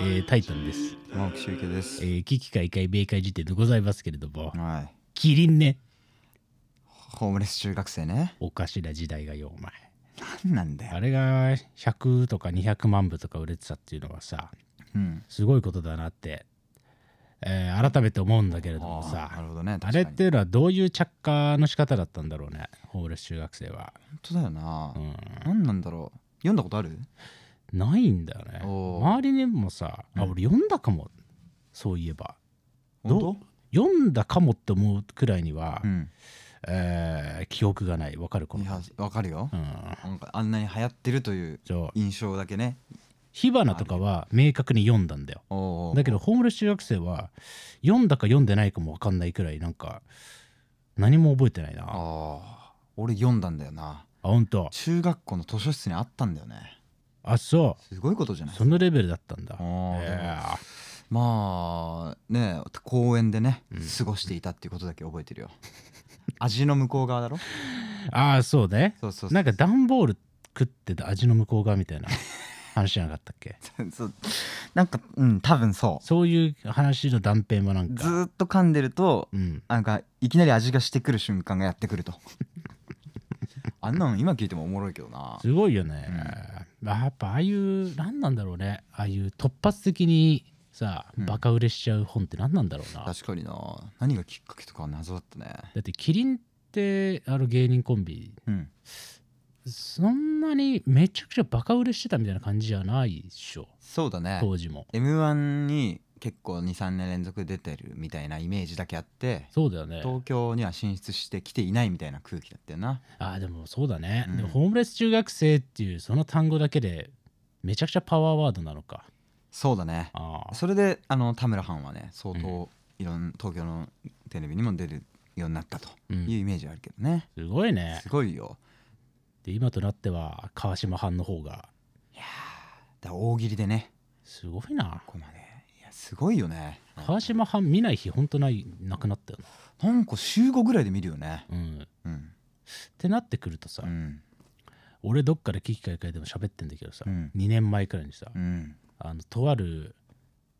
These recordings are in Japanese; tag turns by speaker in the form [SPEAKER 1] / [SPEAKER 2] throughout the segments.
[SPEAKER 1] えータイトルです。
[SPEAKER 2] マークシュウケで
[SPEAKER 1] え
[SPEAKER 2] す。
[SPEAKER 1] ー、危機開会、米会時点でございますけれども、
[SPEAKER 2] はい。
[SPEAKER 1] キリンね、
[SPEAKER 2] ホームレス中学生ね。
[SPEAKER 1] おかしな時代がよ、お前。
[SPEAKER 2] なんなんだよ。
[SPEAKER 1] あれが100とか200万部とか売れてたっていうのはさ、
[SPEAKER 2] うん。
[SPEAKER 1] すごいことだなって、えー改めて思うんだけれども
[SPEAKER 2] あーな
[SPEAKER 1] さ、
[SPEAKER 2] るほどね。
[SPEAKER 1] あれっ
[SPEAKER 2] 確か
[SPEAKER 1] ていうのはどういう着火の仕方だったんだろうね、ホームレス中学生は。
[SPEAKER 2] に。本当だよな
[SPEAKER 1] う。ん、
[SPEAKER 2] なんなんだろう。読んだことある
[SPEAKER 1] ないんだよね。
[SPEAKER 2] おー
[SPEAKER 1] 周りにもさ、あ、
[SPEAKER 2] うん
[SPEAKER 1] 俺読んだかも、そういえば。ど
[SPEAKER 2] 本
[SPEAKER 1] 読んだかもって思うくらいには、
[SPEAKER 2] 当うん。
[SPEAKER 1] えー記憶がない。わかるこの
[SPEAKER 2] いや
[SPEAKER 1] 感じ。、
[SPEAKER 2] わかるよ
[SPEAKER 1] う。ん。
[SPEAKER 2] なんかあんなに流行ってるという
[SPEAKER 1] そう。
[SPEAKER 2] 印象だけね。
[SPEAKER 1] 火花とかは明確に読んだんだよ。
[SPEAKER 2] おお。
[SPEAKER 1] だけどホームレス中学生は読んだか読んでないかも分かんないくらいなんか何も覚えてないな。あ
[SPEAKER 2] ああ。俺読んだんだよな。
[SPEAKER 1] 本当。
[SPEAKER 2] 中学校の図書室にあったんだよね。
[SPEAKER 1] あそ
[SPEAKER 2] すごいことじゃ
[SPEAKER 1] う。
[SPEAKER 2] ない
[SPEAKER 1] そのレベルだったんだ。
[SPEAKER 2] おー
[SPEAKER 1] いや
[SPEAKER 2] まあね公園でね
[SPEAKER 1] うん
[SPEAKER 2] 過ごしていたっていうことだけ覚えてるよ 味の向こう側だろ
[SPEAKER 1] ーああそうね。
[SPEAKER 2] そうそうそ
[SPEAKER 1] な
[SPEAKER 2] うん
[SPEAKER 1] か段ボール食ってた味の向こう側みたいな話じゃなかったっけ
[SPEAKER 2] そうなんかうん多分そ
[SPEAKER 1] そういう話の断片はな
[SPEAKER 2] うんず
[SPEAKER 1] か。
[SPEAKER 2] ーっと噛んでると
[SPEAKER 1] うん。
[SPEAKER 2] なんかいきなり味がしてくる瞬間がやって くるとあんなの今聞いてもおもろいけどな
[SPEAKER 1] すごいよね。あやっぱああいう何なんだろうね。ああいう突発的にさ
[SPEAKER 2] うん
[SPEAKER 1] バカ売れしちゃう本って何なんだろうな。
[SPEAKER 2] 確かにな何がきっかけとかは謎だったね
[SPEAKER 1] だってキリンってあの芸人コンビ
[SPEAKER 2] うん
[SPEAKER 1] そんなにめちゃくちゃバカ売れしてたみたいな感じじゃないっしょ
[SPEAKER 2] そうだね
[SPEAKER 1] 当時も
[SPEAKER 2] m 1に結構23年連続出てるみたいなイメージだけあって
[SPEAKER 1] そうだよね
[SPEAKER 2] 東京には進出してきていないみたいな空気だったよな
[SPEAKER 1] あーでもそうだね、
[SPEAKER 2] うん
[SPEAKER 1] でもホームレス中学生っていうその単語だけでめちゃくちゃパワーワードなのか
[SPEAKER 2] そうだね
[SPEAKER 1] ああ
[SPEAKER 2] それであの田村藩はね相
[SPEAKER 1] う
[SPEAKER 2] 当いろん東京のテレビにも出るようになったと
[SPEAKER 1] う
[SPEAKER 2] いうんイメージはあるけどね、
[SPEAKER 1] すごいね
[SPEAKER 2] すごいよ
[SPEAKER 1] で今となっては川島藩の方が
[SPEAKER 2] だから大喜利でね
[SPEAKER 1] すごいな
[SPEAKER 2] ここまでいやすごいよね
[SPEAKER 1] 川島藩見ない日ほんとないなくなったよ
[SPEAKER 2] なんか週5ぐらいで見るよね
[SPEAKER 1] なうんっ
[SPEAKER 2] うん
[SPEAKER 1] てなってくるとさ、
[SPEAKER 2] うん
[SPEAKER 1] 俺どっかで危機開会でも喋ってんだけどさ、
[SPEAKER 2] うん
[SPEAKER 1] 2年前くらいにさ、
[SPEAKER 2] うん
[SPEAKER 1] あのとある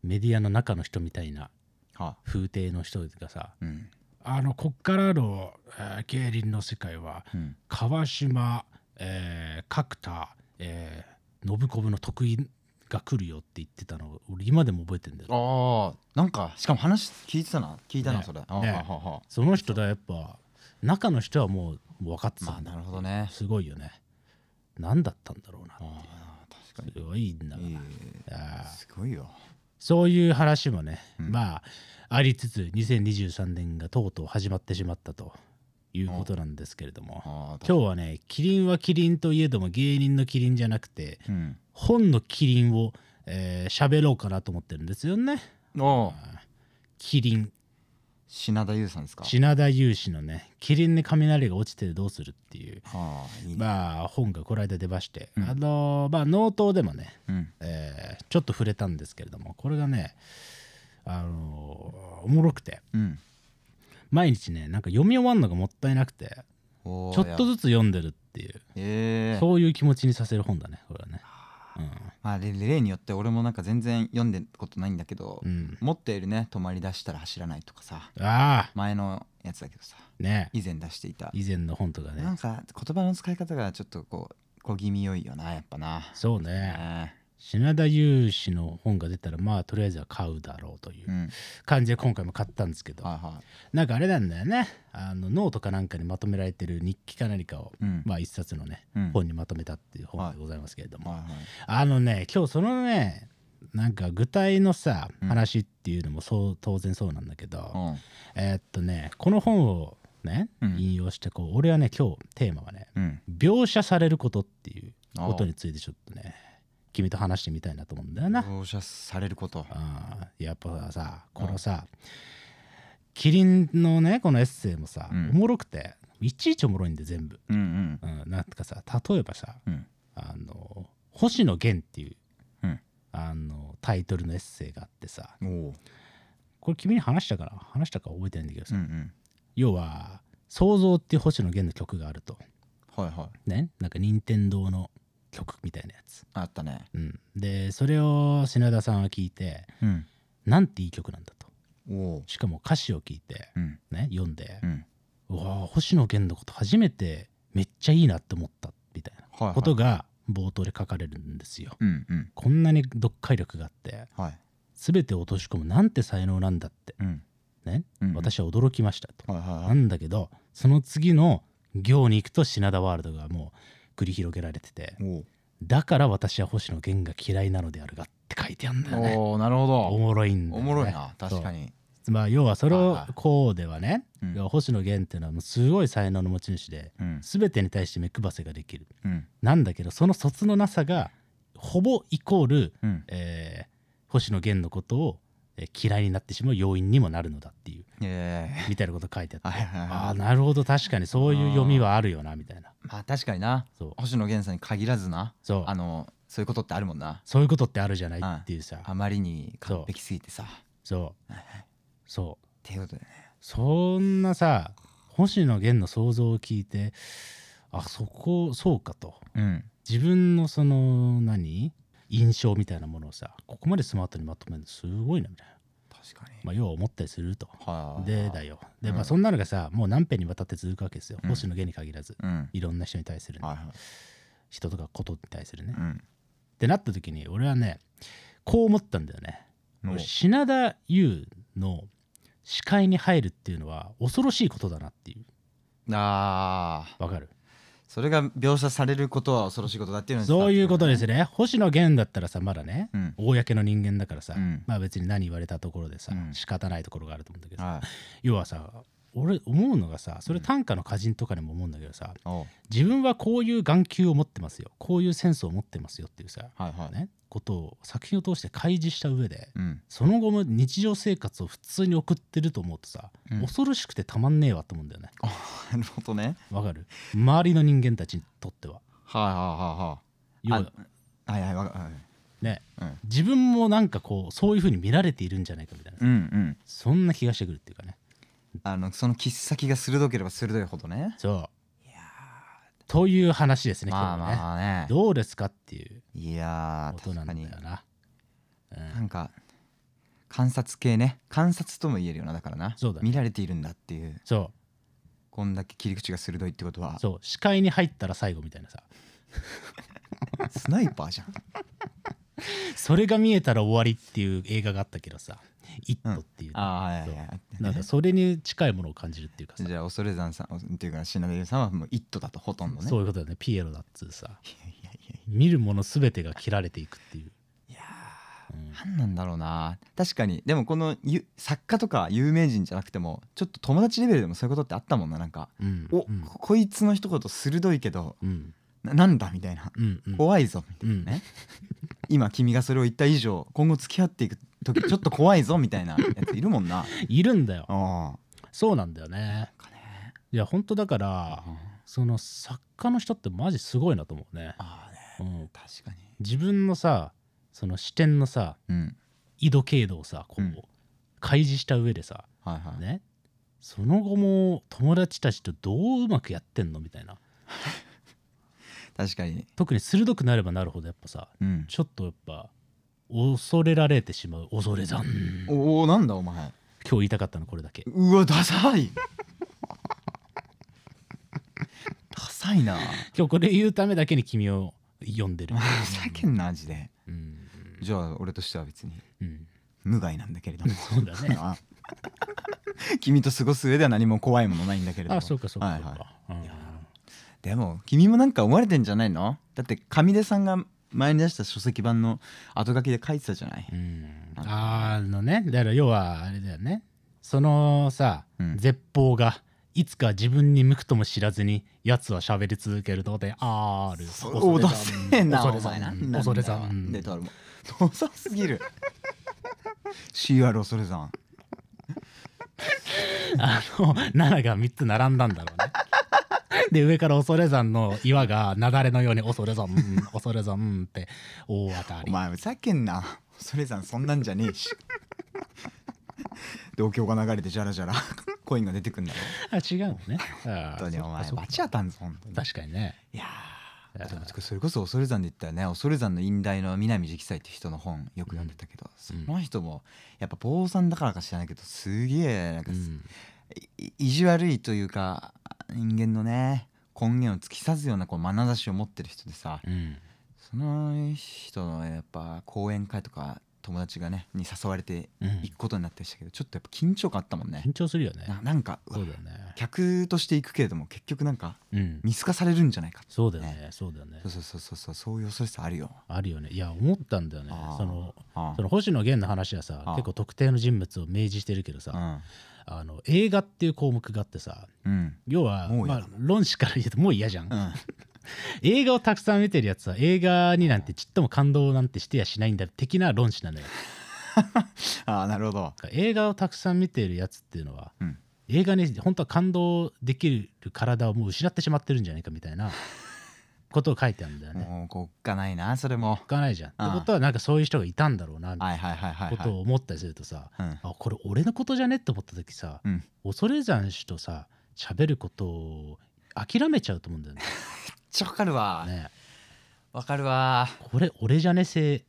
[SPEAKER 1] メディアの中の人みたいな
[SPEAKER 2] は
[SPEAKER 1] 風体の人がさ
[SPEAKER 2] うん
[SPEAKER 1] あのこっからの、えー、競輪の世界は
[SPEAKER 2] うん
[SPEAKER 1] 川島、えー、角田、えー、信子部の得意が来るよって言ってたのを俺今でも覚えてんだよ
[SPEAKER 2] ああんかしかも話聞いてたな聞いたな
[SPEAKER 1] ね
[SPEAKER 2] それ、あ
[SPEAKER 1] ね
[SPEAKER 2] あああああ
[SPEAKER 1] その人だやっぱ中の人はもうもう分かってた
[SPEAKER 2] まあ
[SPEAKER 1] んだ、
[SPEAKER 2] なるほどね
[SPEAKER 1] すごいよね何だったんだろうな
[SPEAKER 2] ああ確か
[SPEAKER 1] すごいんだな、
[SPEAKER 2] にいい
[SPEAKER 1] あー
[SPEAKER 2] すごいよ
[SPEAKER 1] そういう話もね、
[SPEAKER 2] うん
[SPEAKER 1] まあありつつ2023年がとうとう始まってしまったということなんですけれども、
[SPEAKER 2] ああ
[SPEAKER 1] 今日はねキリンはキリンといえども芸人のキリンじゃなくて
[SPEAKER 2] うん
[SPEAKER 1] 本のキリンを喋、えー、喋ろうかなと思ってるんですよね。
[SPEAKER 2] お
[SPEAKER 1] キリン
[SPEAKER 2] 品田優さんですか
[SPEAKER 1] 品田雄志のね「キリンに雷が落ちてどうする」っていう、
[SPEAKER 2] ああいいね、
[SPEAKER 1] まあ、本がこの間出まして、
[SPEAKER 2] うん
[SPEAKER 1] あのーまあ納刀でもね
[SPEAKER 2] うん、
[SPEAKER 1] えーちょっと触れたんですけれどもこれがねあのーおもろくて
[SPEAKER 2] うん、
[SPEAKER 1] 毎日ねなんか読み終わるのがもったいなくて
[SPEAKER 2] おー
[SPEAKER 1] ちょっと
[SPEAKER 2] いや
[SPEAKER 1] ずつ読んでるっていう
[SPEAKER 2] ええ
[SPEAKER 1] そういう気持ちにさせる本だねこれはね
[SPEAKER 2] まあれ例によって俺もなんか全然読んでことないんだけど、
[SPEAKER 1] うん、
[SPEAKER 2] 持っているね止まり出したら走らないとかさ
[SPEAKER 1] うん、ああ
[SPEAKER 2] 前のやつだけどさ
[SPEAKER 1] ね
[SPEAKER 2] 以前出していた、
[SPEAKER 1] 以前の本とか
[SPEAKER 2] な
[SPEAKER 1] ね
[SPEAKER 2] んか言葉の使い方がちょっとこう小気味良いよなやっぱな
[SPEAKER 1] そうね
[SPEAKER 2] ね
[SPEAKER 1] 品田雄志の本が出たらまあとりあえずは買うだろうといううん感じで今回も買ったんですけど
[SPEAKER 2] はいは
[SPEAKER 1] なんかあれなんだよねあのノートかなんかにまとめられてる日記か何かを
[SPEAKER 2] いうん
[SPEAKER 1] まあ一冊のね
[SPEAKER 2] うん
[SPEAKER 1] 本にまとめたっていう本でございますけれども
[SPEAKER 2] はいはい
[SPEAKER 1] あのね今日そのねなんか具体のさ
[SPEAKER 2] うん
[SPEAKER 1] 話っていうのもそう当然そうなんだけど、
[SPEAKER 2] うん
[SPEAKER 1] えーっとねこの本をね、
[SPEAKER 2] うん
[SPEAKER 1] 引用してこう俺はね今日テーマはね
[SPEAKER 2] うん
[SPEAKER 1] 描写されることっていう
[SPEAKER 2] ああ
[SPEAKER 1] ことについてちょっとね君と話してみたいなと思うんだよな。
[SPEAKER 2] 描写されること
[SPEAKER 1] あーやっぱさこのさキリンのねこのエッセイもさ、
[SPEAKER 2] うん
[SPEAKER 1] おもろくていちいちおもろいんで全部、
[SPEAKER 2] うんうん
[SPEAKER 1] うん、なんてかさ例えばさ
[SPEAKER 2] うん
[SPEAKER 1] あの星野源っていう
[SPEAKER 2] うん
[SPEAKER 1] あのタイトルのエッセイがあってさ
[SPEAKER 2] おお
[SPEAKER 1] これ君に話したから話したか覚えてないんだけど
[SPEAKER 2] う
[SPEAKER 1] さ、
[SPEAKER 2] んうん
[SPEAKER 1] 要は「創造」っていう星野源の曲があると
[SPEAKER 2] はいは
[SPEAKER 1] ねなんか任天堂の曲みたいなやつ、
[SPEAKER 2] あったね
[SPEAKER 1] うん、でそれを品田さんは聞いて
[SPEAKER 2] うん
[SPEAKER 1] なんていい曲なんだと
[SPEAKER 2] おお
[SPEAKER 1] しかも歌詞を聞いて、
[SPEAKER 2] うん
[SPEAKER 1] ね、読んで
[SPEAKER 2] う、ん
[SPEAKER 1] うわあ星野源のこと初めてめっちゃいいなって思ったみたい
[SPEAKER 2] はい、は、
[SPEAKER 1] ないことが冒頭で書かれるんですよ。
[SPEAKER 2] うんうん
[SPEAKER 1] こんなに読解力があって
[SPEAKER 2] はい
[SPEAKER 1] 全てを落とし込むなんて才能なんだって、
[SPEAKER 2] うん
[SPEAKER 1] ね
[SPEAKER 2] うん
[SPEAKER 1] 私は驚きましたと。
[SPEAKER 2] はいはい
[SPEAKER 1] な
[SPEAKER 2] はい
[SPEAKER 1] んだけどその次の行に行くと品田ワールドがもう繰り広げられてて
[SPEAKER 2] お
[SPEAKER 1] だから私は星野源が嫌いなのであるがって書いてあるんだよ
[SPEAKER 2] お
[SPEAKER 1] ね。
[SPEAKER 2] おおなるほ
[SPEAKER 1] お
[SPEAKER 2] ど
[SPEAKER 1] もろいんだ
[SPEAKER 2] お
[SPEAKER 1] よね
[SPEAKER 2] もろいな確かに
[SPEAKER 1] まあ要はそれを
[SPEAKER 2] はいはい
[SPEAKER 1] こうではね、
[SPEAKER 2] うん
[SPEAKER 1] 要は星野源っていうのはもうすごい才能の持ち主で
[SPEAKER 2] うん
[SPEAKER 1] 全てに対して目配せができる
[SPEAKER 2] うん
[SPEAKER 1] なんだけどその卒のなさがほぼイコール、
[SPEAKER 2] うん
[SPEAKER 1] えー星野源のことをえー嫌いになってしまう要因にもなるのだっていう
[SPEAKER 2] ええ
[SPEAKER 1] みたいなこと書いてあって
[SPEAKER 2] はいはいはい
[SPEAKER 1] ああなるほど確かにそういう読みはあるよなみたいな
[SPEAKER 2] まあ確かにな
[SPEAKER 1] そう
[SPEAKER 2] 星野源さんに限らずな
[SPEAKER 1] そう
[SPEAKER 2] あのそういうことってあるもんな
[SPEAKER 1] そういうことってあるじゃないっていうさ
[SPEAKER 2] あまりに完璧すぎてさっ
[SPEAKER 1] そうそう
[SPEAKER 2] ていうことだよね
[SPEAKER 1] そんなさ星野源の想像を聞いてあそこそうかと
[SPEAKER 2] うん
[SPEAKER 1] 自分のその何印象みたいなものをさここまでスマートにまとめるのすごいなみたいな、
[SPEAKER 2] 確か
[SPEAKER 1] まあ、要は思ったりすると。
[SPEAKER 2] はいはいは
[SPEAKER 1] で
[SPEAKER 2] い
[SPEAKER 1] だよで、ま
[SPEAKER 2] う
[SPEAKER 1] あ、
[SPEAKER 2] ん
[SPEAKER 1] そんなのがさもう何編にわたって続くわけですよ、
[SPEAKER 2] うん
[SPEAKER 1] 星野源に限らず
[SPEAKER 2] うん
[SPEAKER 1] いろんな人に対するね、
[SPEAKER 2] はいはい
[SPEAKER 1] 人とかことに対するね、
[SPEAKER 2] う
[SPEAKER 1] っ
[SPEAKER 2] ん
[SPEAKER 1] てなった時に俺はねこう思ったんだよね
[SPEAKER 2] お
[SPEAKER 1] 俺品田優の視界に入るっていうのは恐ろしいことだなっていう
[SPEAKER 2] あー
[SPEAKER 1] わかる
[SPEAKER 2] それが描写されることは恐ろしいことだっていうのに伝わ
[SPEAKER 1] そう
[SPEAKER 2] ってく
[SPEAKER 1] いう
[SPEAKER 2] る
[SPEAKER 1] ことですね星野源だったらさまだね、
[SPEAKER 2] うん
[SPEAKER 1] 公の人間だからさ、
[SPEAKER 2] うん
[SPEAKER 1] まあ別に何言われたところでさ、
[SPEAKER 2] うん
[SPEAKER 1] 仕方ないところがあると思うんだけどさ、
[SPEAKER 2] はい
[SPEAKER 1] 要はさ俺思うのがさそれ短歌の歌人とかにも思うんだけどさ
[SPEAKER 2] おう
[SPEAKER 1] 自分はこういう眼球を持ってますよこういうセンスを持ってますよっていうさ、
[SPEAKER 2] はいはい
[SPEAKER 1] ね、ことを作品を通して開示した上で
[SPEAKER 2] うん
[SPEAKER 1] その後も日常生活を普通に送ってると思うとさ、
[SPEAKER 2] うん
[SPEAKER 1] 恐ろしくてたまんねえわと思うんだよね
[SPEAKER 2] なるほどね
[SPEAKER 1] わかる周りの人間たちにとっては
[SPEAKER 2] は
[SPEAKER 1] 要は
[SPEAKER 2] あいはいはいはいはいわかはい
[SPEAKER 1] ね
[SPEAKER 2] うん
[SPEAKER 1] 自分もなんかこうそういうふうに見られているんじゃないかみたいな、
[SPEAKER 2] うんうん
[SPEAKER 1] そんな気がしてくるっていうかね
[SPEAKER 2] あのその切っ先が鋭ければ鋭いほどね
[SPEAKER 1] そう
[SPEAKER 2] いや
[SPEAKER 1] という話ですね
[SPEAKER 2] ー
[SPEAKER 1] 今日
[SPEAKER 2] まあ
[SPEAKER 1] はね、
[SPEAKER 2] まあね
[SPEAKER 1] どうですかっていう
[SPEAKER 2] いや
[SPEAKER 1] こと
[SPEAKER 2] ー
[SPEAKER 1] な
[SPEAKER 2] 確
[SPEAKER 1] ん
[SPEAKER 2] か
[SPEAKER 1] だ
[SPEAKER 2] に
[SPEAKER 1] よな、うん
[SPEAKER 2] なんか観察系ね観察とも言えるよなだからな
[SPEAKER 1] そうだね
[SPEAKER 2] 見られているんだっていう
[SPEAKER 1] そ
[SPEAKER 2] こんだけ切り口が鋭いってことは
[SPEAKER 1] うそう視界に入ったら最後みたいなさ
[SPEAKER 2] スナイパ ーじゃん
[SPEAKER 1] それが見えたら終わりっていう映画があったけどさ「イット!」っていう、
[SPEAKER 2] ああはいはいはい
[SPEAKER 1] なんかそれに近いものを感じるっていうかさ、
[SPEAKER 2] じゃあ恐山さんおっていうか品出さんはもう「イット!」だとほとんどね
[SPEAKER 1] そう
[SPEAKER 2] い
[SPEAKER 1] いうことだねピエロだっつうさ
[SPEAKER 2] やいやいや
[SPEAKER 1] 見るもの全てが切られていくっていう、
[SPEAKER 2] いや
[SPEAKER 1] うん
[SPEAKER 2] 何なんだろうな確かにでもこのゆ作家とか有名人じゃなくてもちょっと友達レベルでもそういうことってあったもんななんか
[SPEAKER 1] うん
[SPEAKER 2] 「お、
[SPEAKER 1] うん
[SPEAKER 2] ここいつの一言鋭いけど
[SPEAKER 1] うん
[SPEAKER 2] ななんだ?」みたいな
[SPEAKER 1] うんうん
[SPEAKER 2] 「怖いぞ」みたいな
[SPEAKER 1] うん
[SPEAKER 2] ね今君がそれを言った以上今後付き合っていく時ちょっと怖いぞみたいなやついるもんな
[SPEAKER 1] いるんだよ
[SPEAKER 2] あ
[SPEAKER 1] そうなんだよね
[SPEAKER 2] あかね
[SPEAKER 1] いや本当だからその作家の人ってマジすごいなと思うね、
[SPEAKER 2] ああね
[SPEAKER 1] うん、
[SPEAKER 2] 確かに
[SPEAKER 1] 自分のさその視点のさ
[SPEAKER 2] うん
[SPEAKER 1] 緯度経度をさこう、
[SPEAKER 2] うん
[SPEAKER 1] 開示した上でさ
[SPEAKER 2] はいはい、
[SPEAKER 1] ねその後も友達たちとどううまくやってんのみたいな
[SPEAKER 2] 確かに
[SPEAKER 1] 特に鋭くなればなるほどやっぱさ
[SPEAKER 2] うん
[SPEAKER 1] ちょっとやっぱ恐れられてしまう恐れざん今日
[SPEAKER 2] おおなんだお前
[SPEAKER 1] 言いたかったのこれだけ
[SPEAKER 2] うわダサ いダサいな
[SPEAKER 1] 今日これ言うためだけに君を呼んで る
[SPEAKER 2] ふざけんな味で
[SPEAKER 1] うん
[SPEAKER 2] じゃあ俺としては別に
[SPEAKER 1] うん
[SPEAKER 2] 無害なんだけれども
[SPEAKER 1] そうだね
[SPEAKER 2] あ君と過ごす上では何も怖いものないんだけれども
[SPEAKER 1] あそうかそうか
[SPEAKER 2] は
[SPEAKER 1] そ
[SPEAKER 2] いうはい
[SPEAKER 1] かうん
[SPEAKER 2] でも君もなんか思われてんじゃないのだって上出さんが前に出した書籍版の後書きで書いてたじゃない、
[SPEAKER 1] うんあーあのねだから要はあれだよねそのさ
[SPEAKER 2] うん
[SPEAKER 1] 絶望がいつか自分に向くとも知らずにやつは喋り続けるのである
[SPEAKER 2] そおだせえな
[SPEAKER 1] 恐れ
[SPEAKER 2] お
[SPEAKER 1] ざ
[SPEAKER 2] 前
[SPEAKER 1] ん
[SPEAKER 2] な
[SPEAKER 1] 恐れざんうん
[SPEAKER 2] でとるもダサすぎる CR 恐れざん
[SPEAKER 1] あの7が3つ並んだんだろうね。 で上から恐山の岩が雪崩のように恐山、うん、恐山、うん、って大当た
[SPEAKER 2] お
[SPEAKER 1] り。
[SPEAKER 2] 前ふざけんな恐れざんそんなんじゃね えし同郷が流れてジャラジャラ コインが出てくんだろ
[SPEAKER 1] あ違うのね。あ
[SPEAKER 2] 本当にお前
[SPEAKER 1] そっ
[SPEAKER 2] バ
[SPEAKER 1] か
[SPEAKER 2] チ当たんぞ本当に
[SPEAKER 1] 確かにね。
[SPEAKER 2] いや
[SPEAKER 1] え
[SPEAKER 2] でもそれこそ恐山で言ったらね恐山の院大の南直斎って人の本よく読んでたけど、
[SPEAKER 1] うん
[SPEAKER 2] その人もやっぱ坊さんだからか知らないけどすげえなんか、
[SPEAKER 1] うん
[SPEAKER 2] い意地悪いというか人間のね根源を突き刺すようなこう眼差しを持ってる人でさ、
[SPEAKER 1] うん
[SPEAKER 2] その人のやっぱ講演会とか友達がねに誘われて
[SPEAKER 1] うん
[SPEAKER 2] 行くことになってましたけどちょっとやっぱ緊張感あったもんね
[SPEAKER 1] 緊張するよね
[SPEAKER 2] ななんかうわ
[SPEAKER 1] そうだよね
[SPEAKER 2] 客として行くけれども結局なんか
[SPEAKER 1] うん
[SPEAKER 2] 見透かされるんじゃないかって
[SPEAKER 1] そうだよねそうだよね
[SPEAKER 2] そうそうそうそうそうそういう恐ろしさあるよ
[SPEAKER 1] あるよねいや思ったんだよね
[SPEAKER 2] あー
[SPEAKER 1] その
[SPEAKER 2] あ
[SPEAKER 1] その星野源の話はさ
[SPEAKER 2] あー
[SPEAKER 1] 結構特定の人物を明示してるけどさ
[SPEAKER 2] あ
[SPEAKER 1] あの映画っていう項目があってさ
[SPEAKER 2] うんうん
[SPEAKER 1] 要は
[SPEAKER 2] もう
[SPEAKER 1] ま
[SPEAKER 2] 嫌
[SPEAKER 1] あ論士から言うと もう嫌じゃん
[SPEAKER 2] うん
[SPEAKER 1] 映画をたくさん見てるやつは映画になんてちっとも感動なんてしてやしないんだ的な論士なのよ
[SPEAKER 2] ああなるほど
[SPEAKER 1] 映画をたくさん見てるやつっていうのは、
[SPEAKER 2] うん
[SPEAKER 1] 映画に本当は感動できる体をもう失ってしまってるんじゃないかみたい なことを書いてあるんだよね。
[SPEAKER 2] もうこっかないなそれも
[SPEAKER 1] いかないじゃん。って
[SPEAKER 2] ああ
[SPEAKER 1] ことはなんかそういう人がいたんだろうなみた
[SPEAKER 2] はいはいはいはい
[SPEAKER 1] いなこ
[SPEAKER 2] は
[SPEAKER 1] と
[SPEAKER 2] い
[SPEAKER 1] を思ったりするとさ
[SPEAKER 2] うん
[SPEAKER 1] あこれ俺のことじゃねって思った時さ、
[SPEAKER 2] うん
[SPEAKER 1] 恐れ山氏とさ喋ることを諦めちゃうと思うんだよね。
[SPEAKER 2] ちょわかるわ
[SPEAKER 1] ね
[SPEAKER 2] わかるわ
[SPEAKER 1] これ俺じゃねせ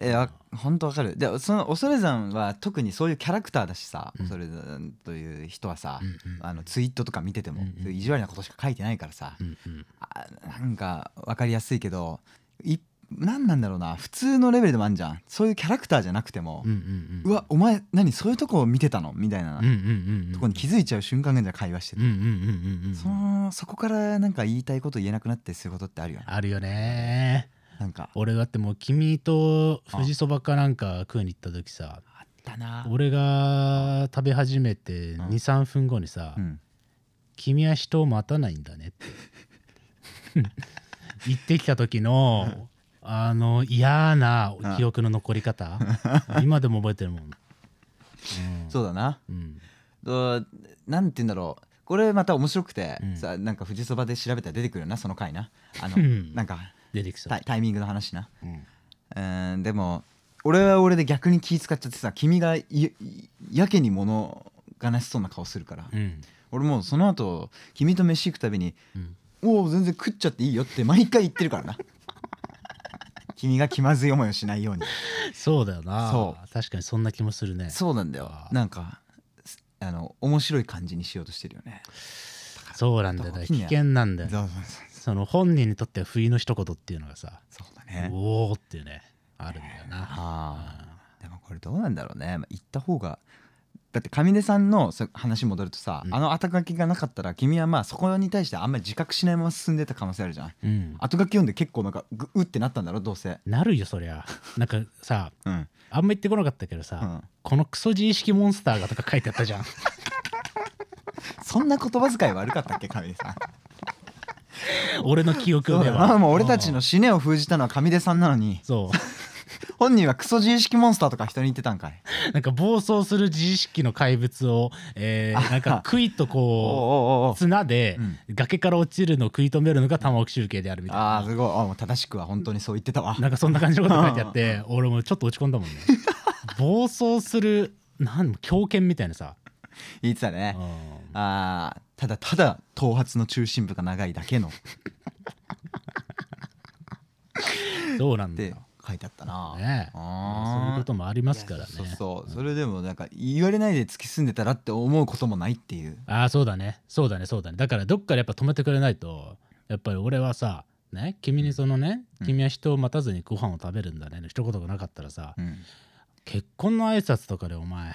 [SPEAKER 2] えわ本当わかるでその恐山は特にそういうキャラクターだしさ
[SPEAKER 1] うん
[SPEAKER 2] 恐山という人はさ
[SPEAKER 1] うんうん
[SPEAKER 2] あのツイートとか見てても
[SPEAKER 1] うんうん
[SPEAKER 2] そういう意地悪なことしか書いてないからさ
[SPEAKER 1] うんうん
[SPEAKER 2] あなんかわかりやすいけどい何なんだろうな普通のレベルでもあんじゃんそういうキャラクターじゃなくても
[SPEAKER 1] うんうん
[SPEAKER 2] うわお前何そういうとこを見てたのみたいな
[SPEAKER 1] うんうんうんうん
[SPEAKER 2] とこに気づいちゃう瞬間ぐらいじゃ会話して
[SPEAKER 1] う
[SPEAKER 2] て
[SPEAKER 1] んうんうんうんうん
[SPEAKER 2] そのそこからなんか言いたいこと言えなくなってすることってあるよね
[SPEAKER 1] あるよね
[SPEAKER 2] なんか
[SPEAKER 1] 俺だってもう君と富士そばかなんか食いに行った時さ
[SPEAKER 2] あったな
[SPEAKER 1] 俺が食べ始めて
[SPEAKER 2] ん
[SPEAKER 1] 23分後にさ
[SPEAKER 2] うん
[SPEAKER 1] 「君は人を待たないんだね」って 言ってきた時のあの嫌な記憶の残り方今でも覚えてるもん。うん
[SPEAKER 2] そうだな
[SPEAKER 1] うん
[SPEAKER 2] となんて言うんだろうこれまた面白くて、
[SPEAKER 1] うん
[SPEAKER 2] さなんか富士そばで調べたら出てくるよなその回なあの
[SPEAKER 1] うん
[SPEAKER 2] なんか
[SPEAKER 1] 出てきそ
[SPEAKER 2] タ
[SPEAKER 1] う
[SPEAKER 2] イ。タイミングの話な
[SPEAKER 1] うん
[SPEAKER 2] うーんでも俺は俺で逆に気使っちゃってさ君がいいやけに物悲しそうな顔するから、
[SPEAKER 1] うん
[SPEAKER 2] 俺もうその後君と飯行くたびに
[SPEAKER 1] うん
[SPEAKER 2] 「おお全然食っちゃっていいよ」って毎回言ってるから な君が気まずい思いをしないように
[SPEAKER 1] そうだよ
[SPEAKER 2] そ
[SPEAKER 1] な確かにそんな気もするね。
[SPEAKER 2] そうなんだよ
[SPEAKER 1] あー
[SPEAKER 2] なんかすあの面白い感じにしようとしてるよね
[SPEAKER 1] そうなんだよだから危険なんだ
[SPEAKER 2] そう
[SPEAKER 1] よ
[SPEAKER 2] そう
[SPEAKER 1] その本人にとっては不意の一言っていうのがさ
[SPEAKER 2] そうそうだね
[SPEAKER 1] おおっていうねあるんだよな。
[SPEAKER 2] あーでもこれどうなんだろうね、まあ、言った方がだって上出さんのそ話戻るとさ、
[SPEAKER 1] うん
[SPEAKER 2] あの後書きがなかったら君はまあそこに対してあんまり自覚しないまま進んでた可能性あるじゃん
[SPEAKER 1] うん、
[SPEAKER 2] 後書き読んで結構なんかグうってなったんだろどうせ
[SPEAKER 1] なるよそりゃ。なんかさ
[SPEAKER 2] うん
[SPEAKER 1] あんま言ってこなかったけどさ、
[SPEAKER 2] うん
[SPEAKER 1] このクソ自意識モンスターがとか書いてあったじゃん。
[SPEAKER 2] そんな言葉遣い悪かったっけ上出さん
[SPEAKER 1] 俺の記憶
[SPEAKER 2] そう
[SPEAKER 1] で
[SPEAKER 2] だよ
[SPEAKER 1] は。
[SPEAKER 2] なもう俺たちの死ねを封じたのは上出さんなのに
[SPEAKER 1] そ
[SPEAKER 2] 本人はクソ自意識モンスターとか人に言ってたんかい う
[SPEAKER 1] なんか暴走する自意識の怪物を、えー、なんか杭と
[SPEAKER 2] おう
[SPEAKER 1] こ
[SPEAKER 2] おうおう
[SPEAKER 1] う綱で
[SPEAKER 2] うん
[SPEAKER 1] 崖から落ちるのを食い止めるのが玉置集計であるみたい
[SPEAKER 2] ああ
[SPEAKER 1] な
[SPEAKER 2] すごいあもう正しくは本当にそう言ってたわ
[SPEAKER 1] なんかそんな感じのこと書いてあ って俺もちょっと落ち込んだもんね暴走するなん狂犬みたいな さ、
[SPEAKER 2] 言ってたね
[SPEAKER 1] うん
[SPEAKER 2] あーただただ頭髪の中心部が長いだけのっ
[SPEAKER 1] そうなんだ
[SPEAKER 2] て
[SPEAKER 1] よ。
[SPEAKER 2] 書いてあったな、
[SPEAKER 1] ねえ
[SPEAKER 2] あー
[SPEAKER 1] そういうこともありますからね。
[SPEAKER 2] そうそうそれでもなんか言われないで突き進んでたらって思うこともないっていう
[SPEAKER 1] ああそうだねそうだねそうだねだからどっかでやっぱ止めてくれないとやっぱり俺はさね君にそのね、
[SPEAKER 2] うん
[SPEAKER 1] 君は人を待たずにご飯を食べるんだねの一言がなかったらさ、
[SPEAKER 2] うん
[SPEAKER 1] 結婚の挨拶とかでお前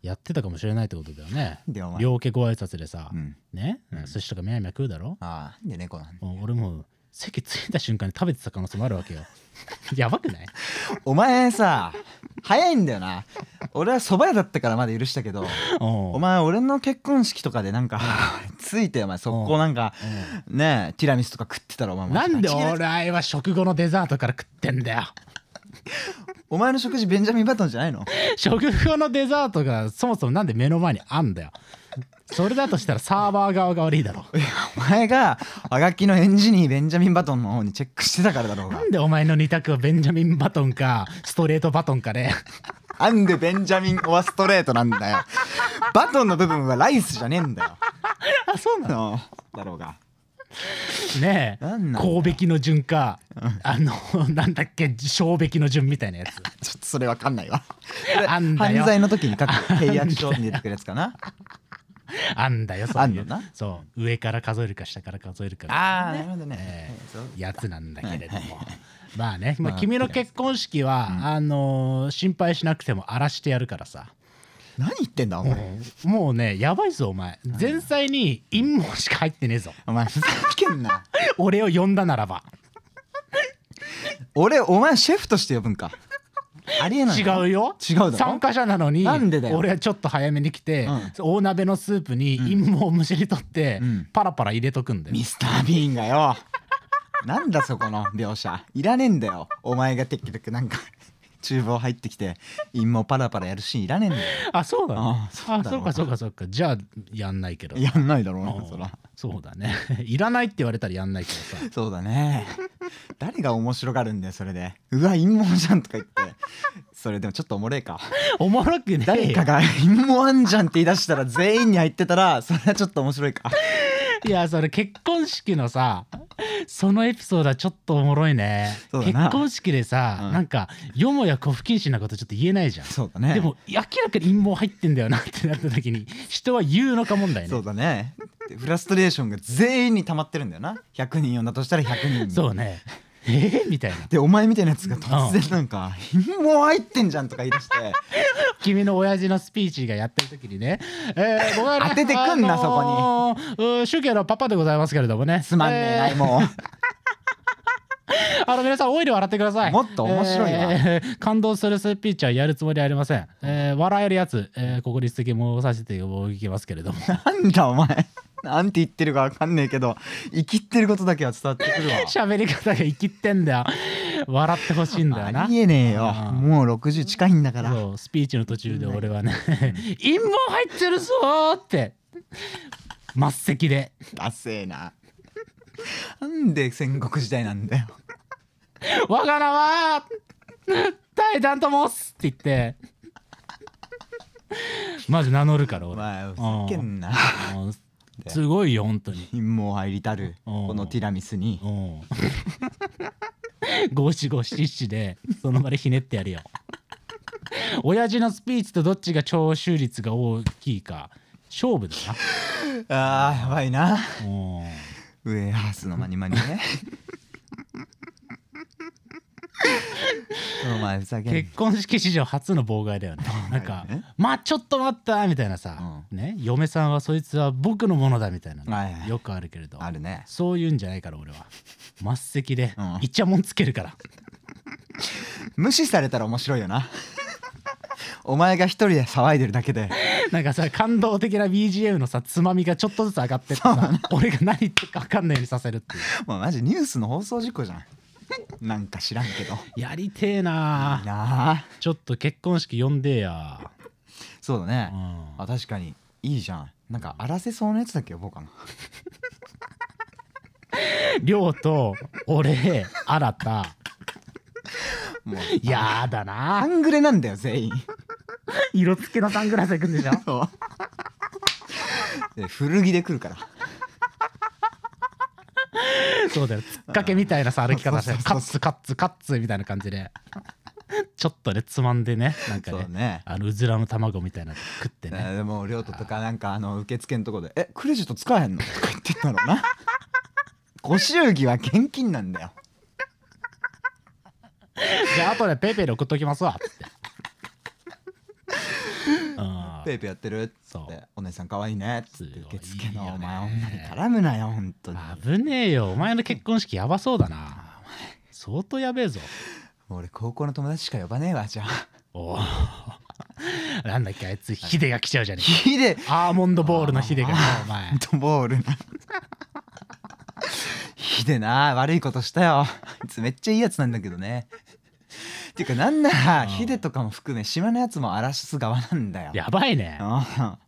[SPEAKER 1] やってたかもしれないってことだよね
[SPEAKER 2] でお前
[SPEAKER 1] 両家ご挨拶でさ、
[SPEAKER 2] うん
[SPEAKER 1] ね、
[SPEAKER 2] うん
[SPEAKER 1] 寿司とかみやみや食うだろ、
[SPEAKER 2] あーなんで猫なんだ
[SPEAKER 1] もう俺もう席着いた瞬間に食べてた可能性もあるわけよ やばくない
[SPEAKER 2] お前さ早いんだよな俺は蕎麦屋だったからまだ許したけど お
[SPEAKER 1] お
[SPEAKER 2] 前俺の結婚式とかでなんかついてお前速攻なんかねえティラミスとか食ってたらお前
[SPEAKER 1] なんで
[SPEAKER 2] 間違いない
[SPEAKER 1] 俺は食後のデザートから食ってんだよ
[SPEAKER 2] お前の食事ベンジャミン・バトンじゃないの
[SPEAKER 1] 食後のデザートがそもそもなんで目の前にあんだよそれだとしたらサーバー側が悪いだろ
[SPEAKER 2] お前があがきの返事にベンジャミン・バトンの方にチェックしてたからだろうが
[SPEAKER 1] なんでお前の2択はベンジャミンバトンかストレートバトンかで
[SPEAKER 2] なんでベンジャミン・オア・ストレートなんだよバトンの部分はライスじゃねえんだよ
[SPEAKER 1] あそうなの
[SPEAKER 2] のだろうが
[SPEAKER 1] ねえ
[SPEAKER 2] なんなんだ
[SPEAKER 1] 神戸の順かあのなんだっけ小べきの順みたいなやつ
[SPEAKER 2] ちょっとそれわかんな いわ
[SPEAKER 1] あんだ
[SPEAKER 2] 犯
[SPEAKER 1] よ
[SPEAKER 2] 罪の時に書く契約書に出てくるやつかな
[SPEAKER 1] あんだよそうい
[SPEAKER 2] あ
[SPEAKER 1] うん
[SPEAKER 2] のな
[SPEAKER 1] そう上から数えるか下から数えるかみたいな
[SPEAKER 2] ああなるほどね
[SPEAKER 1] ええ
[SPEAKER 2] そう
[SPEAKER 1] やつなんだけれど
[SPEAKER 2] はい
[SPEAKER 1] も。まあね、まあ、
[SPEAKER 2] まあ
[SPEAKER 1] 君の結婚式は、あのー心配しなくても荒らしてやるからさ、
[SPEAKER 2] 何言ってんだお前
[SPEAKER 1] もうねやばいぞお前前菜に陰謀しか入ってねえぞ
[SPEAKER 2] お前ふざけんな
[SPEAKER 1] 俺を呼んだならば
[SPEAKER 2] 俺お前シェフとして呼ぶ んかありえない
[SPEAKER 1] 違うよ
[SPEAKER 2] 違うだろ
[SPEAKER 1] 参加者なのに
[SPEAKER 2] なんでだよ
[SPEAKER 1] 俺はちょっと早めに来て、
[SPEAKER 2] うん
[SPEAKER 1] 大鍋のスープに陰謀をむしり取って、
[SPEAKER 2] うん
[SPEAKER 1] パラパラ入れとくんだよ
[SPEAKER 2] ミスター・ビーンがよなんだそこの描写いらねえんだよお前がテッキテクなんか厨房入ってきて陰謀パラパラやるシーンいらねえんだよ
[SPEAKER 1] あそうだね
[SPEAKER 2] あそうだろう
[SPEAKER 1] あそうかそうかそうかじゃあやんないけど
[SPEAKER 2] やんないだろう
[SPEAKER 1] うん
[SPEAKER 2] なそら
[SPEAKER 1] そうだね いらないって言われたらやんないけどさ
[SPEAKER 2] そうだね誰が面白がるんだよそれでうわ陰謀じゃんとか言ってそれでもちょっと おもれえか
[SPEAKER 1] おもろくねえ
[SPEAKER 2] 誰
[SPEAKER 1] よ
[SPEAKER 2] かが陰謀あんじゃんって言い出したら全員に入ってたらそれはちょっと面白いか
[SPEAKER 1] いやそれ結婚式のさそのエピソードはちょっとおもろいね
[SPEAKER 2] そう
[SPEAKER 1] 結
[SPEAKER 2] だな
[SPEAKER 1] 婚式でさ、
[SPEAKER 2] うん
[SPEAKER 1] なんかよもやこ不謹慎なことちょっと言えないじゃん、
[SPEAKER 2] そうだね
[SPEAKER 1] でも明らかに陰謀入ってんだよなってなった時に人は言うのか問題ね
[SPEAKER 2] そうだねでフラストレーションが全員に溜まってるんだよな100人呼んだとしたら100人に
[SPEAKER 1] そうねえー、みたいな
[SPEAKER 2] でお前みたいなやつが突然なんか「もう入ってんじゃん」とか言い出して
[SPEAKER 1] 君の親父のスピーチがやってる時にね、えー、僕はね
[SPEAKER 2] 当ててくんな
[SPEAKER 1] そこに宗教のパパでございますけれどもね
[SPEAKER 2] 「つまんねえな
[SPEAKER 1] え
[SPEAKER 2] いもう
[SPEAKER 1] ーあの皆さんオイル笑ってください
[SPEAKER 2] もっと面白いわ
[SPEAKER 1] えー感動するスピーチはやるつもりはありません、えー、笑えるやつ、えー、ここに指摘もさせていただきますけれど も
[SPEAKER 2] なんだお前なんて言ってるかわかんねえけど生きってることだけは伝わってくるわ
[SPEAKER 1] 喋り方が生きってんだよ笑ってほしいんだよ
[SPEAKER 2] あ
[SPEAKER 1] な
[SPEAKER 2] りえねえよ
[SPEAKER 1] あー
[SPEAKER 2] もう60近いんだから
[SPEAKER 1] そうスピーチの途中で俺はね「陰謀入ってるぞ!」って末席で
[SPEAKER 2] ダセえななんで戦国時代なんだよ
[SPEAKER 1] 「我が名は大団と申す!」って言ってマジ名乗るから
[SPEAKER 2] お
[SPEAKER 1] 俺、
[SPEAKER 2] 前ふざけんな
[SPEAKER 1] うんすごいよ本当に
[SPEAKER 2] 陰謀入りたる
[SPEAKER 1] うん
[SPEAKER 2] このティラミスに
[SPEAKER 1] うん。五七五七七でその場でひねってやるよ。親父のスピーチとどっちが聴取率が大きいか勝負だ
[SPEAKER 2] あーやばいな
[SPEAKER 1] な。うん
[SPEAKER 2] ウェアハースのマニマニ ねお前ふざけんな
[SPEAKER 1] 結婚式史上初の妨害だよね。なんか
[SPEAKER 2] ね
[SPEAKER 1] 「まあちょっと待った」みたいなさ、ね嫁さんはそいつは僕のものだみたいなの
[SPEAKER 2] はいはい
[SPEAKER 1] よくあるけれど
[SPEAKER 2] あるね
[SPEAKER 1] そういうんじゃないから 俺は末席で
[SPEAKER 2] うん
[SPEAKER 1] いちゃもんつけるから。
[SPEAKER 2] 無視されたら面白い よなお前が一人で騒いでるだけで
[SPEAKER 1] なんかさ感動的な BGM のさつまみがちょっとずつ上がってってさ俺が何言ってるか分かんないようにさせるってい
[SPEAKER 2] もうマジニュースの放送事故じゃんなんか知らんけど
[SPEAKER 1] うやりてえなあ
[SPEAKER 2] なあ
[SPEAKER 1] ちょっと結婚式呼んでえや
[SPEAKER 2] そうだ
[SPEAKER 1] う
[SPEAKER 2] ね、
[SPEAKER 1] ん
[SPEAKER 2] あ確かにいいじゃんなんか荒らせそうなやつだっけ呼ぼうかな
[SPEAKER 1] 亮と俺新た
[SPEAKER 2] もう
[SPEAKER 1] やだな
[SPEAKER 2] ア
[SPEAKER 1] あ
[SPEAKER 2] ングレなんだよ全員
[SPEAKER 1] 色付きのサングラスいくんでしょ
[SPEAKER 2] で古着で来るから
[SPEAKER 1] そうだよつっかけみたいなさ歩き方して
[SPEAKER 2] そう
[SPEAKER 1] カ
[SPEAKER 2] そ
[SPEAKER 1] ッ
[SPEAKER 2] う
[SPEAKER 1] ツカッツカッツみたいな感じでちょっとねつまんでねなんか
[SPEAKER 2] そう
[SPEAKER 1] ね
[SPEAKER 2] だね
[SPEAKER 1] あのうずらの卵みたいなの食ってね
[SPEAKER 2] ねでも亮斗とかなんかあの受付のとこで「えクレジット使えへんの?」とか言ってたろうなご祝儀は現金なんだよ
[SPEAKER 1] じゃあ後でペイペイで送っときますわ つってうん
[SPEAKER 2] ペイペイやってるっつ
[SPEAKER 1] そ
[SPEAKER 2] っ
[SPEAKER 1] う
[SPEAKER 2] て「お姉さん可愛いね」っつって
[SPEAKER 1] すごい
[SPEAKER 2] 受付の
[SPEAKER 1] いい
[SPEAKER 2] お
[SPEAKER 1] よね
[SPEAKER 2] 前女に絡むなよ本当に
[SPEAKER 1] 危ねえよお前の結婚式やばそうだな相当やべえぞ
[SPEAKER 2] もう俺高校の友達しか呼ばねえわじゃあ
[SPEAKER 1] おお なんだっけあいつヒデが来ちゃうじゃねえか
[SPEAKER 2] ヒ デ
[SPEAKER 1] アーモンドボールのヒデが来ちゃうお前
[SPEAKER 2] ドボールなヒデな悪いことしたよあいつめっちゃいいやつなんだけどねていうかなんならヒデとかも含め島のやつも荒らす側なんだよ
[SPEAKER 1] やばいね
[SPEAKER 2] うん